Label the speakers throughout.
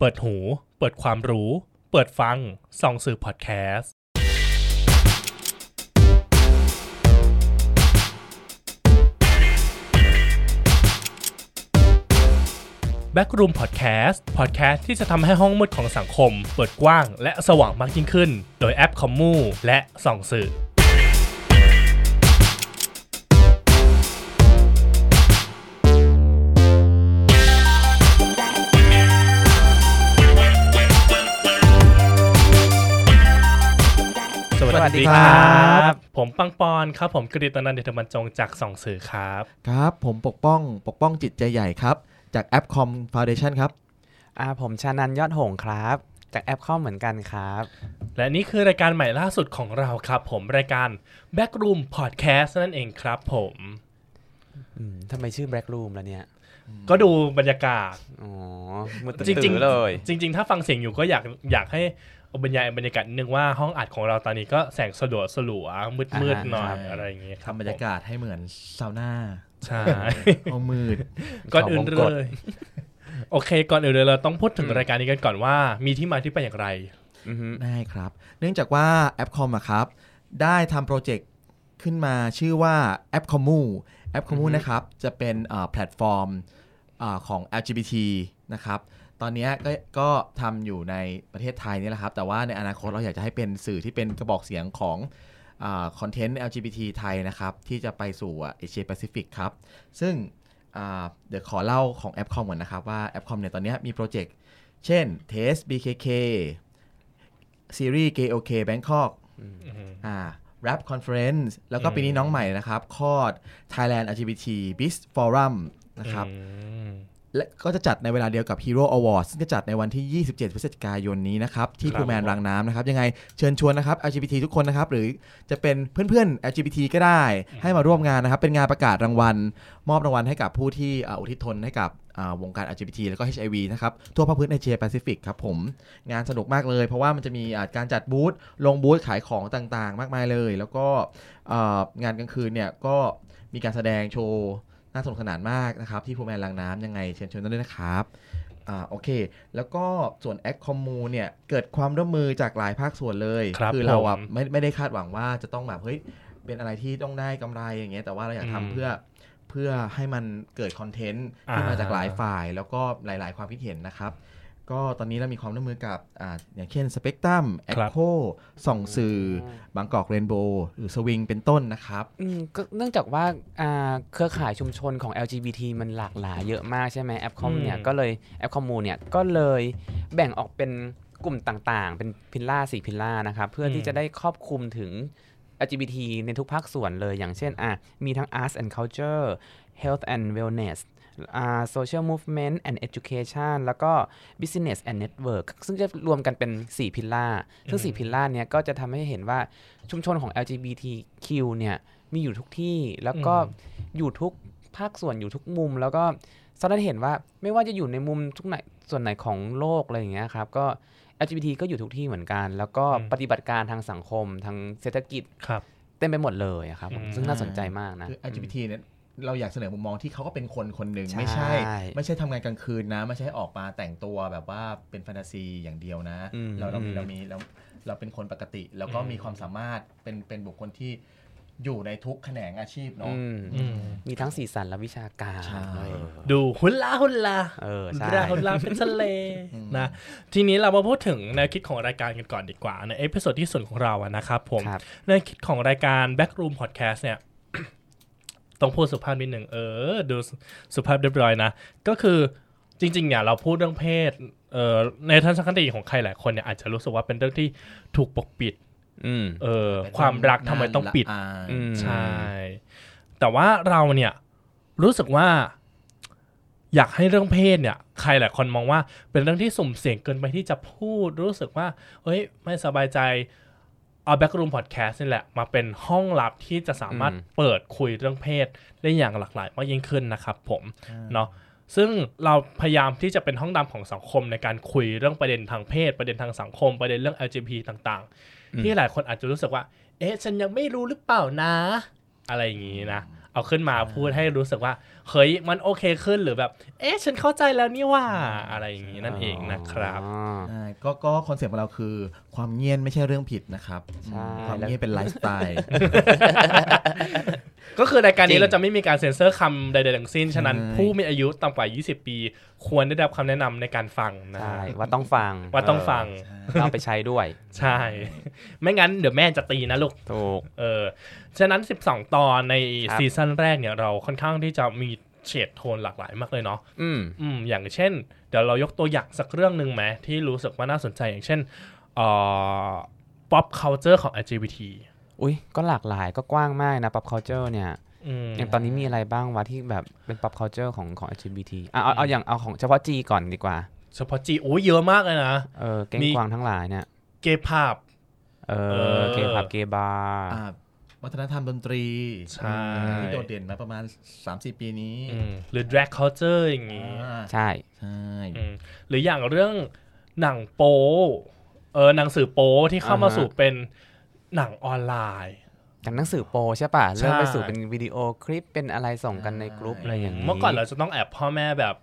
Speaker 1: เปิดหู เปิดความรู้ เปิดฟัง ส่องสื่อพอดแคสต์ Backroom Podcast พอดแคสต์ที่จะทำให้ห้องมืดของสังคม เปิดกว้างและสว่างมากยิ่งขึ้น โดยแอปคอมมูและส่องสื่อ สวัสดีคร
Speaker 2: สวัสดี
Speaker 1: ั
Speaker 2: ครับ บ
Speaker 1: ผมปังปอนครับ ผมกฤตนันท์เดชบรรจงจากส่องสื่อครับ
Speaker 3: ครับ ผมปกป้องปกป้องจิตใจใหญ่ครับ จากแอปคอมฟาวเดชันครับ
Speaker 2: อ่าผมชานันยอดหงส์ครับ จากแอปข้อมเหมือนกันครับ
Speaker 1: และนี่คือรายการใหม่ล่าสุดของเราครับ ผมรายการ Backroom Podcast นั่นเองครับผม
Speaker 2: อืมทำไมชื่อ Black Room แล้วเนี่ย
Speaker 1: ก็ดูบรรยากาศ
Speaker 2: อ๋อมัน
Speaker 1: จ
Speaker 2: จ
Speaker 1: ริ
Speaker 2: ริ
Speaker 1: ง
Speaker 2: ง
Speaker 1: ๆ
Speaker 2: ๆเลย
Speaker 1: จริง ๆ ถ้าฟังเสียงอยู่ก็อยากอยากให้บรรยายบรรยากาศนิดนึงว่าห้องอัดของเราตอนนี้ก็แสงสลัวสลัวมืดมืดๆหน่อย
Speaker 3: อ่าฮะ
Speaker 1: อะไรอย่างเงี้ยครับ
Speaker 3: ทำบรรยากาศให้เหมือนซาวน่า
Speaker 1: ใช่
Speaker 3: ห้องมืด
Speaker 1: ก่อนอื่นเล
Speaker 2: ขงกฎ
Speaker 1: ยโอเค ก่อนอื่นเลยเราต้องพูดถึง
Speaker 2: อืม
Speaker 1: รายการนี้กันก่อนว่า มีที่มาที่ไปอย่างไร
Speaker 2: อือฮึ
Speaker 3: ได้ครับ เนื่องจากว่าแอปคอมอะครับ ได้ทำโปรเจกต์ขึ้นมาชื่อว่าแอปคอมมูแอปคอมมูนะครับ จะเป็นเอ่อแพลตฟอร์มเอ่อของ LGBT นะครับ ตอนเนี้ยก็ก็ทำอยู่ในประเทศไทยนี่แหละครับ แต่ว่าในอนาคตเราอยากจะให้เป็นสื่อที่เป็นกระบอกเสียงของคอนเทนต์ LGBT ไทยนะครับ ที่จะไปสู่เอเชียแปซิฟิกครับ ซึ่งอ่าเดี๋ยวขอเล่าของแอปคอมก่อนนะครับ ว่าแอปคอมเนี่ยตอนเนี้ยมีโปรเจกต์เช่น t e s t BKK ซีรีส์ KOK Bangkok อ่า Rap Conference แล้วก็
Speaker 1: อืม
Speaker 3: ปีนี้น้องใหม่นะครับ คอด Thailand LGBT Biz Forum นะครับ
Speaker 1: อืม
Speaker 3: และก็จะจัดในเวลาเดียวกับ Hero Award ซึ่งจะจัดในวันที่ 27 พฤศจิกายนนี้นะครับ ที่ภูแมนรังน้ำนะครับ ยังไงเชิญชวนนะครับ LGBT ทุกคนนะครับ หรือจะเป็นเพื่อนๆ LGBT ก็ได้ ให้มาร่วมงานนะครับ เป็นงานประกาศรางวัล มอบรางวัลให้กับผู้ที่อ่าอุทิศตนให้กับอ่าวงการ LGBT แล้วก็ HIV นะครับ ทั่วภาคพื้นเอเชียแปซิฟิกครับผม งานสนุกมากเลย เพราะว่ามันจะมีอ่าการจัดบูธลงบูธขายของต่างๆ มากมายเลย แล้วก็อ่างานกลางคืนเนี่ยก็มีการแสดงโชว์ น่าสนุกสนานมากนะครับ ที่ภูแมนลังน้ำยังไงเชิญชวนด้วยนะครับอ่าโอเค แล้วก็ส่วนแอคคอมมูเนี่ยเกิดความร่วมมือจากหลายภาคส่วนเลย
Speaker 1: ครับ
Speaker 3: อเรา
Speaker 1: ผ
Speaker 3: อะ
Speaker 1: ม
Speaker 3: ไม่ไม่ได้คาดหวังว่าจะต้องแบบเฮ้ยเป็นอะไรที่ต้องได้กำไรอย่างเงี้ยแต่ว่าเราอยาก
Speaker 1: อืม
Speaker 3: ทำเพื่อเพื่อให้มันเกิดคอนเทนต์ที่
Speaker 1: อ่าม
Speaker 3: มาจากหลายฝ่าย แล้วก็หลาย ๆ ความคิดเห็นนะครับ ก็ตอนนี้เรามีความร่วมมือกับอาอย่างเช่นสเปกตรัมแอค
Speaker 1: ครับ
Speaker 3: โคส่องสื่อบางกอกเรนโบว์หรือสวิงเป็นต้นนะครับ
Speaker 2: อืมก็เนื่องจากว่าอ่าเครือข่ายชุมชนของ LGBT มันหลากหลายเยอะมากใช่ไหมแอปคอม
Speaker 1: อืม
Speaker 2: เนี่ยก็เลยแอปคอมมูเนี่ยก็เลยแบ่งออกเป็นกลุ่มต่างๆ เป็นพิลล่าสี่พิลล่านะครับ เพื่อที่จะได้ครอบคลุมถึง LGBT ในทุกภาคส่วนเลยอย่างเช่นอ่ะมีทั้ง Arts and Culture Health and Wellness อ่า Social Movement and Education แล้วก็ Business and Network ซึ่งจะรวมกันเป็น 4 พิลล่าซึ่ง 4 พิลล่าเนี่ยก็จะทำให้เห็นว่าชุมชนของ LGBTQ เนี่ยมีอยู่ทุกที่แล้วก็อยู่ทุกภาคส่วนอยู่ทุกมุม แล้วก็สะท้อนให้เห็นว่าไม่ว่าจะอยู่ในมุมทุกไหนส่วนไหนของโลกอะไรอย่างเงี้ยครับก็ LGBT ก็อยู่ทุกที่เหมือนกัน แล้วก็
Speaker 1: อืม
Speaker 2: ปฏิบัติการทางสังคมทางเศรษฐกิจ
Speaker 1: ครับ
Speaker 2: เต็มไปหมดเลยอะครับผม
Speaker 1: อืม
Speaker 2: ซึ่งน่าสนใจมากนะ
Speaker 3: คือ LGBT เนี่ยเราอยากเสนอมุมมองที่เขาก็เป็นคนคนหนึ่ง
Speaker 2: ใช่
Speaker 3: ไม่ใช่ ไม่ใช่ทำงานกลางคืนนะ ไม่ใช่ออกมาแต่งตัวแบบว่าเป็นแฟนตาซีอย่างเดียวนะ
Speaker 2: อืม
Speaker 3: เราเรา
Speaker 2: อืม
Speaker 3: เรามีเราเราเป็นคนปกติ แล้วก็
Speaker 1: อืม
Speaker 3: มีความสามารถเป็นเป็นบุคคลที่อยู่ในทุกแขนงอาชีพเนาะ
Speaker 2: อืม
Speaker 1: อืม
Speaker 2: มีทั้งสีสันและวิชาการ
Speaker 3: ใช่
Speaker 2: เออ
Speaker 1: ดูฮุลลาฮุลลา
Speaker 2: เออใช่
Speaker 1: เราเราเป็นทะเล
Speaker 3: อืม
Speaker 1: นะทีนี้เรามาพูดถึงแนวคิดของรายการกันก่อนดีกว่า ในเอพิโซดที่สุดของเราอะนะครับผม
Speaker 2: ครับ
Speaker 1: แนวคิดของรายการ Backroom Podcast เนี่ย ต้องพูดสุภาพนิดหนึ่งเออ ดูสุภาพเรียบร้อยนะ ก็คือจริงๆเนี่ยเราพูดเรื่องเพศเอ่อในทัศนคติของใครหลายคนเนี่ยอาจจะรู้สึกว่าเป็นเรื่องที่ถูกปกปิด
Speaker 2: อืม
Speaker 1: เออความรักทำไมต้องปิด
Speaker 3: า
Speaker 2: อืม
Speaker 1: ใช่ แต่ว่าเราเนี่ยรู้สึกว่า อยากให้เรื่องเพศเนี่ย ใครหลายคนมองว่าเป็นเรื่องที่สุ่มเสี่ยงเกินไปที่จะพูดรู้สึกว่าเฮ้ยไม่สบายใจเอาแบ็กรูมพอดแคสต์นี่แหละ มาเป็นห้องลับที่จะสามารถเปิดคุยเรื่องเพศได้อย่างหลากหลายมากยิ่งขึ้นนะครับผม เนาะซึ่งเราพยายามที่จะเป็นห้องดำของสังคมในการคุยเรื่องประเด็นทางเพศ ประเด็นทางสังคมประเด็นเรื่อง LGBT ต่างๆ ที่หลายคนอาจจะรู้สึกว่า เอ๊ะ ฉันยังไม่รู้หรือเปล่านะ อะไรอย่างนี้นะ เอาขึ้นมาพูดให้รู้สึกว่าเฮ้ยมันโอเคขึ้นหรือแบบ เอ๊ะฉันเข้าใจแล้วนี่ว่าอะไรอย่างนี้นั่นเองนะครับ
Speaker 2: อ๋อ
Speaker 3: ใช่ก็ก็คอนเซ็ปต์ของเราคือ ความเงียบไม่ใช่เรื่องผิดนะครับ
Speaker 2: ใช่
Speaker 3: อืมความเงียบเป็นไลฟ์สไตล์
Speaker 1: ก็คือรายการ
Speaker 2: จริ
Speaker 1: นี้
Speaker 2: ง
Speaker 1: เราจะไม่มีการเซ็นเซอร์คำใดๆทั้งสิ้น ฉะนั้น
Speaker 3: ใช่
Speaker 1: ผู้มีอายุต่ำกว่า 20 ปี ควรได้รับคำแนะนำในการฟังนะ
Speaker 2: ใช่ว่าต้องฟัง
Speaker 1: ว่าต้องฟัง
Speaker 2: เออเอาไปใช้ด้วย
Speaker 1: ใช่ ไม่งั้นเดี๋ยวแม่จะตีนะลูก
Speaker 2: ถูก
Speaker 1: เออ ฉะนั้น 12 ตอนใน
Speaker 2: ครับ
Speaker 1: ซีซั่นแรกเนี่ยเราค่อนข้างที่จะมีเฉดโทนหลากหลายมากเลยเนาะ
Speaker 2: อืม
Speaker 1: อืม อย่างเช่น เดี๋ยวเรายกตัวอย่างสักเรื่องหนึ่งไหมที่รู้สึกว่าน่าสนใจอย่างเช่นเอ่อ pop culture ของ LGBT
Speaker 2: อุ้ยก็หลากหลายก็กว้างมากนะ pop culture เนี่ย
Speaker 1: อืม
Speaker 2: อย่างตอนนี้มีอะไรบ้างวะที่แบบเป็น pop culture ของของ LGBT อ่ะเอาเอาอย่างเอาของเฉพาะ G ก่อนดีกว่า
Speaker 1: เฉพาะจีโอ้ยเยอะมากเลยนะ
Speaker 2: เออเก้ง
Speaker 1: มี
Speaker 2: กวางทั้งหลายเนี่ย
Speaker 1: เกย์ภาพ
Speaker 2: เอ
Speaker 1: เอ
Speaker 2: อ
Speaker 1: อ
Speaker 2: เกย์ผับเกย์บาร์
Speaker 3: อ่าวัฒนธรรมดนตรี
Speaker 1: ใช่
Speaker 3: ที่โดดเด่นมาประมาณ 3-4 ปีนี้
Speaker 1: อืมหรือ drag culture อย่างงี้
Speaker 3: อ่า
Speaker 2: ใช่
Speaker 3: ใช่
Speaker 1: อืมหรืออย่างเรื่องหนังโป๊เออหนังสือโป๊ที่เข้ามา
Speaker 2: อ่าฮะ
Speaker 1: สู่เป็นหนังออนไลน์
Speaker 2: จากหนังสือโปรใช่ป่ะ
Speaker 1: ใช่
Speaker 2: เริ่มไปสู่เป็นวิดีโอคลิปเป็นอะไรส่งกันในกรุ๊ปอะไรอย่างนี้
Speaker 1: เมื่อก่อนเราจะต้องแอบพ่อแม่แบบ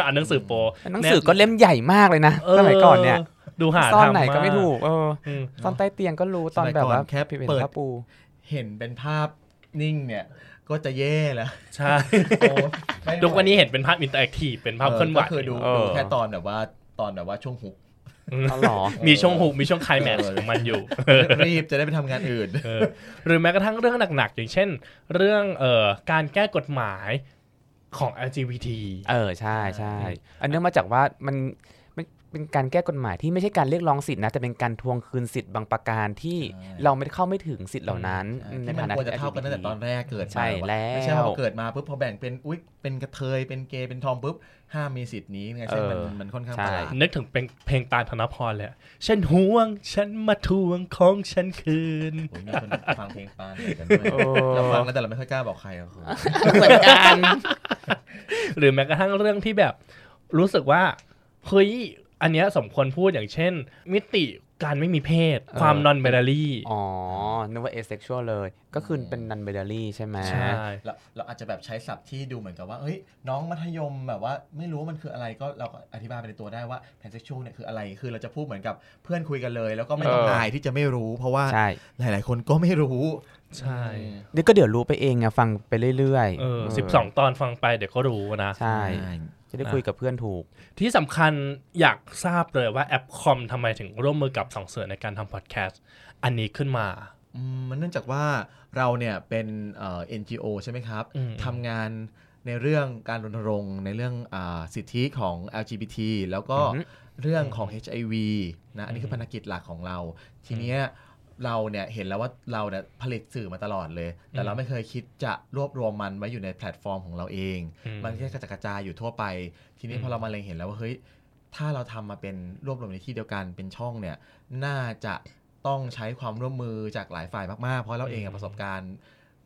Speaker 1: อ่านหนังสือโป๊
Speaker 2: หนังสือก็เล่มใหญ่มากเลยนะ
Speaker 1: เออ
Speaker 2: สมัยก่อนเนี่ย
Speaker 1: ดูหา
Speaker 2: ซ่อน
Speaker 1: ทำ
Speaker 2: ไหนก็ไม่
Speaker 1: า
Speaker 2: ถูก เออ
Speaker 1: อืม
Speaker 2: ซ่อนใต้เตียงก็รู้ตอนแบบว่าเป็นผ้าปู
Speaker 3: เห็นเป็นภาพนิ่งเนี่ย ก็จะแย่แล้ว
Speaker 1: ใช่
Speaker 3: โอ้ไม่ไห
Speaker 1: ทุกวันนี้เห็นเป็นภาพอินเตอร์แอคทีฟเป็นภาพเคลื่อนไหว
Speaker 3: ก็คือดู
Speaker 2: เออ
Speaker 3: ดูแค่ตอนแบบว่าตอนแบบว่าช่วงฮุก
Speaker 1: ม
Speaker 2: อ๋อเหร อ
Speaker 1: มีช่วงหุกมีช่วงไคลแม็กซ์
Speaker 3: เออ
Speaker 1: ของมันอยู่
Speaker 3: รีบจะได้ไปทำงานอื่น
Speaker 1: เออหรือแม้กระทั่งเรื่องหนักๆ อย่างเช่น เรื่องเอ่อการแก้กฎหมายของ LGBT
Speaker 2: เออใช่ใช่ อันเนื่องมาจากว่ามันมันเป็นการแก้กฎหมายที่ไม่ใช่การเรียกร้องสิทธินะ แต่เป็นการทวงคืนสิทธิ์บางประการที่
Speaker 3: ใช่
Speaker 2: เราไม่ได้เข้าไม่ถึงสิทธิ์เหล่านั้นใน
Speaker 3: ที่มั
Speaker 2: ฐานนะ
Speaker 3: ควรจะเท่ากันตั้งแต่ตอนแรกเกิดมา
Speaker 2: ใช่แล้ว
Speaker 3: ไม่ใช่ว่าพอเกิดมาปุ๊บพอแบ่งเป็นอุ๊ยเป็นกระเทยเป็นเกย์เป็นทอมปุ๊บห้ามมีสิทธิ์นี้ไงใช่ไหมมัน
Speaker 2: เออ
Speaker 3: มันค่อนข้าง
Speaker 2: ใช่
Speaker 3: ประหลาด
Speaker 1: นึกถึงเพลงเพลงตาลธนพรเลยอะฉันห่วง ฉันมาทวงของฉันคืน
Speaker 3: ผมมีคนฟังเพลงปานเหมือนกันด้วย
Speaker 2: โอ้
Speaker 3: เราฟังแล้วแต่เราไม่ค่อยกล้าบอกใครอะครับ
Speaker 2: เหมือนกัน
Speaker 1: หรือแม้กระทั่งเรื่องที่แบบรู้สึกว่าเฮ้ยอันเนี้ยสมควรพูดอย่างเช่น มิติการไม่มีเพศ ความนอนเบลลี่
Speaker 2: อ๋อ นึกว่าเอเซ็กชวลเลย ก็คือเป็นนันเบเดอรี่ใช่ไหม
Speaker 1: ใช่
Speaker 3: เราเราอาจจะแบบใช้ศัพท์ที่ดูเหมือนกับว่าเฮ้ยน้องมัธยมแบบว่าไม่รู้ว่ามันคืออะไรก็เราก็อธิบายไปในตัวได้ว่าแพนเซ็กชวลเนี่ยคืออะไรคือเราจะพูดเหมือนกับเพื่อนคุยกันเลย แล้วก็ไม่ต้องอายที่จะไม่รู้ เพราะว่า
Speaker 2: ใช่
Speaker 3: หลาย ๆ คนก็ไม่รู้
Speaker 1: ใช่
Speaker 2: เดี๋ยวก็เดี๋ยวรู้ไปเองอะฟังไปเรื่อย
Speaker 1: เออสิบสองตอนฟังไปเดี๋ยวก็รู้นะ
Speaker 2: ใช่ จะได้คุยกับเพื่อนถูก
Speaker 1: ที่สำคัญอยากทราบเลยว่าแอปคอมทำไมถึงร่วมมือกับสองเสือในการทำพอดแคสต์อันนี้ขึ้นมา
Speaker 3: อืมมันเนื่องจากว่าเราเนี่ยเป็นเอ่อ NGO ใช่ไหมครับ
Speaker 1: อืม
Speaker 3: ทำงานในเรื่องการรณรงค์ในเรื่องอาสิทธิของ LGBT แล้วก็
Speaker 2: อือฮึ
Speaker 3: เรื่องของ HIV นะอันนี้คือภารกิจหลักของเรา ทีเนี้ยเราเนี่ยเห็นแล้วว่าเราเนี่ยผลิตสื่อมาตลอดเลย แต่เราไม่เคยคิดจะรวบรวมมันไว้อยู่ในแพลตฟอร์มของเราเอง
Speaker 1: อืม
Speaker 3: มันแค่กระจัดกระจายอยู่ทั่วไป ทีนี้พอเรามาเล็งเห็นแล้วว่าเฮ้ย ถ้าเราทำมาเป็นรวบรวมในที่เดียวกันเป็นช่องเนี่ย น่าจะต้องใช้ความร่วมมือจากหลายฝ่ายมาก ๆ เพราะเราเองอะประสบการณ์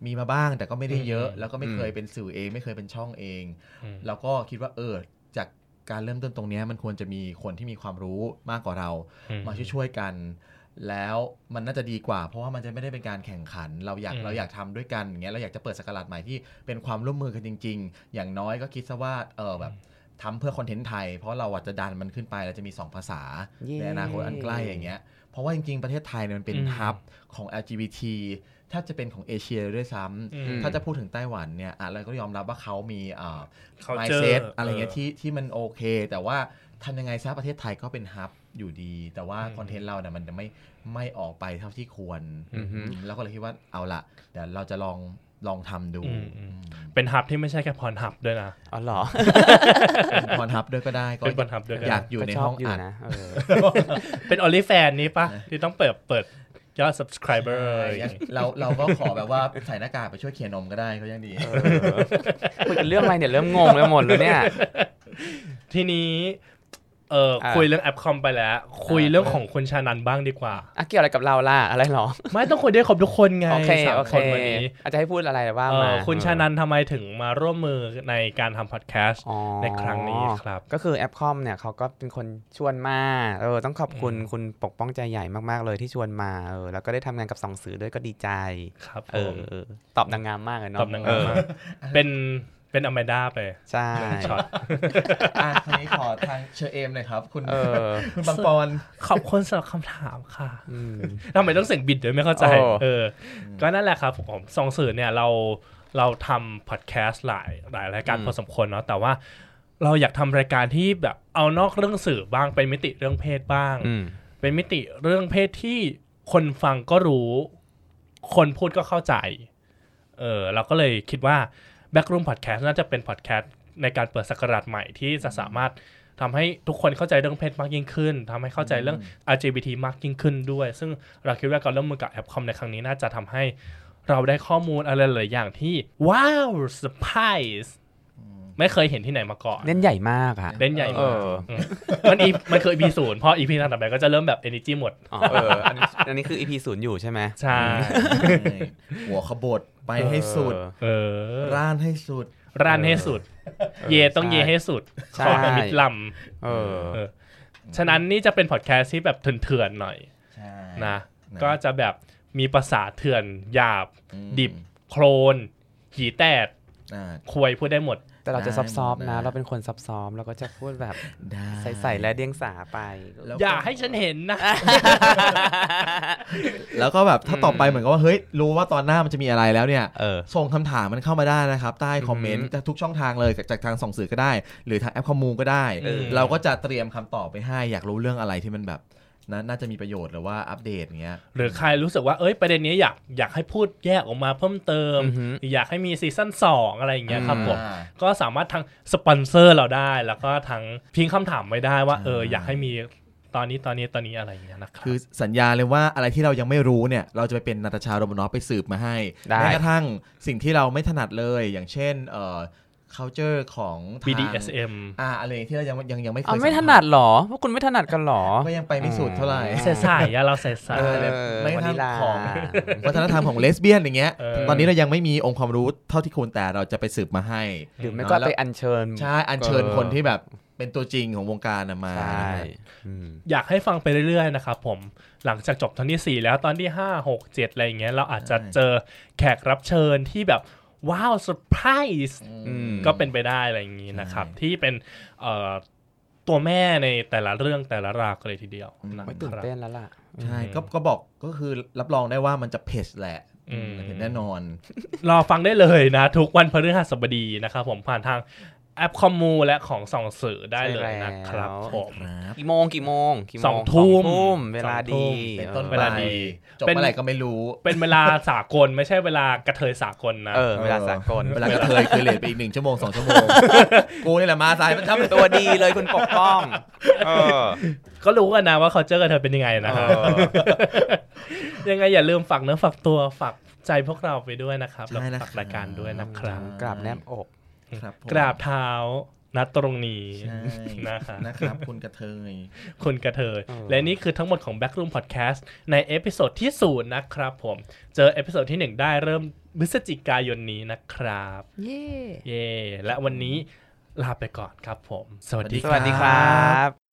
Speaker 3: มีมาบ้าง แต่ก็ไม่ได้เยอะ
Speaker 1: อืม
Speaker 3: แล้วก็ไม่
Speaker 2: อืม
Speaker 3: เคยเป็นสื่อเอง ไม่เคยเป็นช่องเอง
Speaker 1: อืม
Speaker 3: แล้วก็คิดว่าเออจากการเริ่มต้นตรงเนี้ยมันควรจะมีคนที่มีความรู้มากกว่าเรา มาช่วยๆกัน แล้วมันน่าจะดีกว่า เพราะว่ามันจะไม่ได้เป็นการแข่งขัน เราอยาก
Speaker 1: อืม
Speaker 3: เราอยากทำด้วยกันอย่างเงี้ยเราอยากจะเปิดสกราชใหม่ที่เป็นความร่วมมือกันจริง ๆ อย่างน้อยก็คิดซะว่าเออแบบทำเพื่อคอนเทนต์ไทย เพราะเราอาจจะดันมันขึ้นไปเราจะมี 2 ภาษา
Speaker 2: เย้
Speaker 3: ในอนาคตอันใกล้อย่างเงี้ยเพราะว่าจริงๆ ประเทศไทยเนี่ยมันเป็น
Speaker 1: อืม
Speaker 3: ฮับของ LGBT แทบจะเป็นของเอเชียเลยด้วยซ้ำ
Speaker 1: อืม
Speaker 3: ถ้าจะพูดถึงไต้หวันเนี่ยอ่ะเราก็ยอมรับว่าเขามีเอ่อ
Speaker 1: Culture
Speaker 3: ไมเซตอะไรเงี้ยที่ที่มันโอเค แต่ว่าทำยังไงซะประเทศไทยก็เป็นฮับอยู่ดี แต่ว่า
Speaker 1: อืม
Speaker 3: คอนเทนต์เราเนี่ยมันจะไม่ไม่ออกไปเท่าที่ควร
Speaker 2: อือฮึ
Speaker 3: เราก็เลยคิดว่าเอาละเดี๋ยวเราจะลองลองทำดู
Speaker 1: อืมอืมเป็นฮับที่ไม่ใช่แค่พรฮับด้วยนะ
Speaker 2: อ๋อเหรอ
Speaker 3: เป็นคอนฮับด้วยก็ได้ก็
Speaker 1: เป็น Pornhub ด้วยก็ได้
Speaker 3: อยากอยู่ใน
Speaker 2: ก็ช
Speaker 3: ห้อง
Speaker 2: ยู่
Speaker 3: อัด
Speaker 2: นะเออ
Speaker 1: เป็นออลิแฟนนี้ปะที่ต้องเปิดเปิดยอด subscriber อะไรอย่างงี้
Speaker 3: เราเราก็ขอแบบว่าใส่หน้ากากไปช่วยเคียนนมก็ได้ก็ยังดี
Speaker 2: คุยกันเรื่องอะไรเนี่ยเริ่มงงไปหมดเลยเนี่ย
Speaker 1: ทีนี้ เออ
Speaker 2: อ่า
Speaker 1: คุยเรื่องแอปคอมไปแล้ว คุย
Speaker 2: อ่า
Speaker 1: เรื่องของคุณชานันบ้างดีกว่า
Speaker 2: อ่ะเกี่ยวอะไรกับเราล่ะอะไรหรอ
Speaker 1: ไม่ต้องคุยได้ครบทุกคนไง
Speaker 2: โอเค
Speaker 1: สาม
Speaker 2: โอเค
Speaker 1: คนวันนี้
Speaker 2: อาจจะให้พูดอะไรว่า
Speaker 1: เอ
Speaker 2: มา
Speaker 1: อคุณชานันทำไมถึงมาร่วมมือในการทำพอดแคสต์
Speaker 2: อ๋อ
Speaker 1: ในครั้งนี้ครับ
Speaker 2: ก็คือแอปคอมเนี่ยเขาก็เป็นคนชวนมาเออต้องขอบคุณคุณปกป้องใจใหญ่มากๆเลยที่ชวนมาเออแล้วก็ได้ทำงานกับสองสื่อด้วยก็ดีใจ
Speaker 1: ครับผ
Speaker 2: เออ
Speaker 1: ม
Speaker 2: เออตอบนางงามมากเลยเนาะ
Speaker 1: ตอบหนัง
Speaker 2: เอ
Speaker 1: มาก
Speaker 2: อ
Speaker 1: เป็นเป็นอแมนด้าไป
Speaker 2: ใช่
Speaker 1: ช็อต
Speaker 3: อ่ะทีนี้ขอทางเชอเอมหน่อยครับ คุณ
Speaker 2: เออ
Speaker 3: คุณบางปอน
Speaker 1: ขอบคุณสำหรับคำถามค่ะ
Speaker 2: อืม
Speaker 1: ทำไมต้องเสียงบิดด้วยไม่เข้าใจ
Speaker 2: โอ้
Speaker 1: เออ ก็นั่นแหละครับผมสองสื่อเนี่ยเราเราทำพอดแคสต์หลายหลายรายการพอสมควรเนาะแต่ว่าเราอยากทำรายการที่แบบเอานอกเรื่องสื่อบ้างเป็นมิติเรื่องเพศบ้าง
Speaker 2: อืม
Speaker 1: เป็นมิติเรื่องเพศที่คนฟังก็รู้ คนพูดก็เข้าใจ เออเราก็เลยคิดว่า Backroom Podcast น่าจะเป็นพอดแคสต์ในการเปิดสกราชใหม่ที่จะสามารถทำให้ทุกคนเข้าใจเรื่องเพศมากยิ่งขึ้นทำให้เข้าใจเรื่อง LGBT มากยิ่งขึ้นด้วย ซึ่งเราคิดว่าการร่วมมือกับแอปคอมในครั้งนี้น่าจะทำให้เราได้ข้อมูลอะไรหลายอย่างที่ ว้าวเซอร์ไพรส์ไม่เคยเห็นที่ไหนมาก่อน
Speaker 2: เล่นใหญ่มากอ่ะ
Speaker 1: เล่นใหญ่
Speaker 2: เอ
Speaker 1: มาก
Speaker 2: อ
Speaker 1: มมันอีมันคือ EP ศูนย์พอ EP ต่อไปก็จะเริ่มแบบ energy หมด
Speaker 2: อ๋อเอออันนี้อันนี้คือ EP ศูนย์อยู่ใช่ไหม
Speaker 1: ใช่
Speaker 3: หัวขบดไปให้สุด
Speaker 1: เออ
Speaker 3: ร่านให้สุด
Speaker 1: ร้านให้สุด เยต้องเยให้สุด
Speaker 2: ใช่
Speaker 1: ของมิดล
Speaker 2: เออ
Speaker 1: ำเออฉะนั้นนี่จะเป็นพอดแคสต์ที่แบบเถื่อนๆหน่อย
Speaker 3: ใช่
Speaker 1: นะ
Speaker 3: นะ
Speaker 1: ก็จะแบบมีภาษาเถื่อนหยาบ
Speaker 3: อืม
Speaker 1: ดิบ โคลน หีแตด
Speaker 3: อ่า
Speaker 1: ควยพูดได้หมด
Speaker 2: แต่เราจะ
Speaker 3: ได้
Speaker 2: ซับซ้อม
Speaker 3: ได้
Speaker 2: นะ เราเป็นคนซับซ้อมเราก็จะพูดแบบ
Speaker 3: ได้
Speaker 2: ใส่ ๆ และเดียงสาไป
Speaker 3: แล้วก็
Speaker 1: อย่าให้ฉันเห็นนะ
Speaker 3: แล้วก็แบบถ้าต่อไปเหมือนกับว่าเฮ้ยรู้ว่าตอนหน้ามันจะมีอะไรแล้วเนี่ย
Speaker 2: เออ
Speaker 3: ส่งคำถามมันเข้ามาได้นะครับ ใต้คอมเมนต์ทุกช่องทางเลยจากจากทางส่องสื่อก็ได้ หรือทางแอปคอมมูนก็ได้
Speaker 1: เออ
Speaker 3: เราก็จะเตรียมคำตอบไปให้อยากรู้เรื่องอะไรที่มันแบบนาน่าจะมีประโยชน์หรือว่าอัปเดตอย่างเงี้ย
Speaker 1: หรือใครรู้สึกว่าเอ้ยประเด็นนี้อยากอยากให้พูดแยกออกมาเพิ่มเติม
Speaker 2: อือหือ
Speaker 1: อยากให้มีซีซั่น2อะไรอย่างเงี้ยครับผม
Speaker 3: อ่า
Speaker 1: ก็สามารถทั้งสปอนเซอร์เราได้ แล้วก็ทั้งพิมพ์คำถามไว้ได้ว่า
Speaker 3: ใช่
Speaker 1: เอออยากให้มีตอนนี้ตอนนี้ตอนนี้อะไรอย่างเงี้ยนะครับ
Speaker 3: คือสัญญาเลยว่าอะไรที่เรายังไม่รู้เนี่ย เราจะไปเป็นนาตาชาโรมานอฟไปสืบมาให้
Speaker 2: ได้
Speaker 3: แม้กระทั่งสิ่งที่เราไม่ถนัดเลยอย่างเช่นเอ่อ culture ของทาง
Speaker 1: BDSM
Speaker 3: อ่าอะไรที่เรายังยังยังไม่เคย
Speaker 2: เอาไม่ถ
Speaker 3: สัผั
Speaker 2: นัดเหรอพวกคุณไม่ถนัดกันเหรอ
Speaker 3: สก็ยังไปไม่สุดเท่าไหร่
Speaker 1: เสียสายอะเราเสียสาย
Speaker 3: เออ ไม่
Speaker 2: วานิลา
Speaker 3: ของ วัฒนธรรมของเลสเบี้ยนอย่างเงี้ย
Speaker 1: เออ
Speaker 3: ตอนนี้เรายังไม่มีองค์ความรู้เท่าที่ควรแต่เราจะไปสืบมาให้
Speaker 2: หรือไม่ก็
Speaker 3: แล้ว
Speaker 2: ไปอัญเชิญ
Speaker 3: ใช่อัญเชิญ
Speaker 2: เออ
Speaker 3: คนที่แบบเป็นตัวจริงของวงการน่ะมา
Speaker 2: ใช่
Speaker 3: นะฮะ
Speaker 2: อืม
Speaker 1: อยากให้ฟังไปเรื่อยๆนะครับผมหลังจากจบตอนทีสี่ 4 แล้วตอนที่ 5 6 7 อะไรอย่างเงี้ยเราอาจจะเจอแขกรับเชิญที่แบบ ว้าวเซอร์ไพรส์
Speaker 3: อืม
Speaker 1: ก็เป็นไปได้อะไรอย่างงี้นะครับ
Speaker 3: ใช่
Speaker 1: ที่เป็นเอ่อตัวแม่ในแต่ละเรื่องแต่ละราวกันเลยทีเดียวนะ
Speaker 2: ไม่ตื่น
Speaker 1: ครับ
Speaker 2: เต้นแล้วล่ะ
Speaker 3: ใช่ก็ก็บอกก็คือรับรองได้ว่ามันจะเพจแหละ
Speaker 1: อืม
Speaker 3: เห็นแน่นอน
Speaker 1: รอฟังได้เลยนะ ทุกวันพฤหัสบดีนะครับผมผ่านทางแอปคอมมูและของสองสื่อได้เลยนะครับ
Speaker 2: ใช่แล้ว
Speaker 1: ผม
Speaker 3: ครับ
Speaker 2: กี่โมงกี่โมงกี่โมง
Speaker 1: สองทุ่ม
Speaker 2: เวลา
Speaker 1: สองทุ่
Speaker 2: ดี
Speaker 1: ม
Speaker 3: เป็นต้น
Speaker 1: เวลาดี
Speaker 3: จบ
Speaker 1: เป็น
Speaker 3: เมื่อไหร่ก็ไม่รู้
Speaker 1: เป็นเวลาสากลไม่ใช่เวลากระเทยสากลนะ
Speaker 2: เออ เวลาสากล
Speaker 3: เวลากระเทยคือเลทไปอีกหนึ่งชั่วโมงสองชั่วโมง กูนี่แหละมาสายมันทำ
Speaker 2: ตัวดีเลยคุณปกป้องเออ
Speaker 1: ก็รู้กันนะว่าเขาเจอกันเธอเป็นยังไงนะฮะ
Speaker 2: เออ
Speaker 1: ยังไงอย่าลืมฝากเนื้อฝากตัวฝากใจพวกเราไปด้วยนะครับแล้ว
Speaker 3: ใช่
Speaker 1: ก็
Speaker 3: นะ
Speaker 1: ฝากรายการด้วยนะครับ
Speaker 2: กราบแนบอก
Speaker 3: ครับผม
Speaker 1: กราบเท้านะตรงนี้
Speaker 3: ใช่
Speaker 1: นะคะ
Speaker 3: นะครับ คุณกระเทย
Speaker 1: คุณกระเทย
Speaker 2: เออ
Speaker 1: และนี่คือทั้งหมดของ Backroom Podcast ในเอพิโซดที่ศูนย์นะครับผม เจอเอพิโซดที่หนึ่งได้เริ่มพฤศจิกายนนี้นะครับ
Speaker 2: เย่
Speaker 1: เย่และวันนี้ลาไปก่อนครับผม สวัสดี
Speaker 2: สวัสดีครับ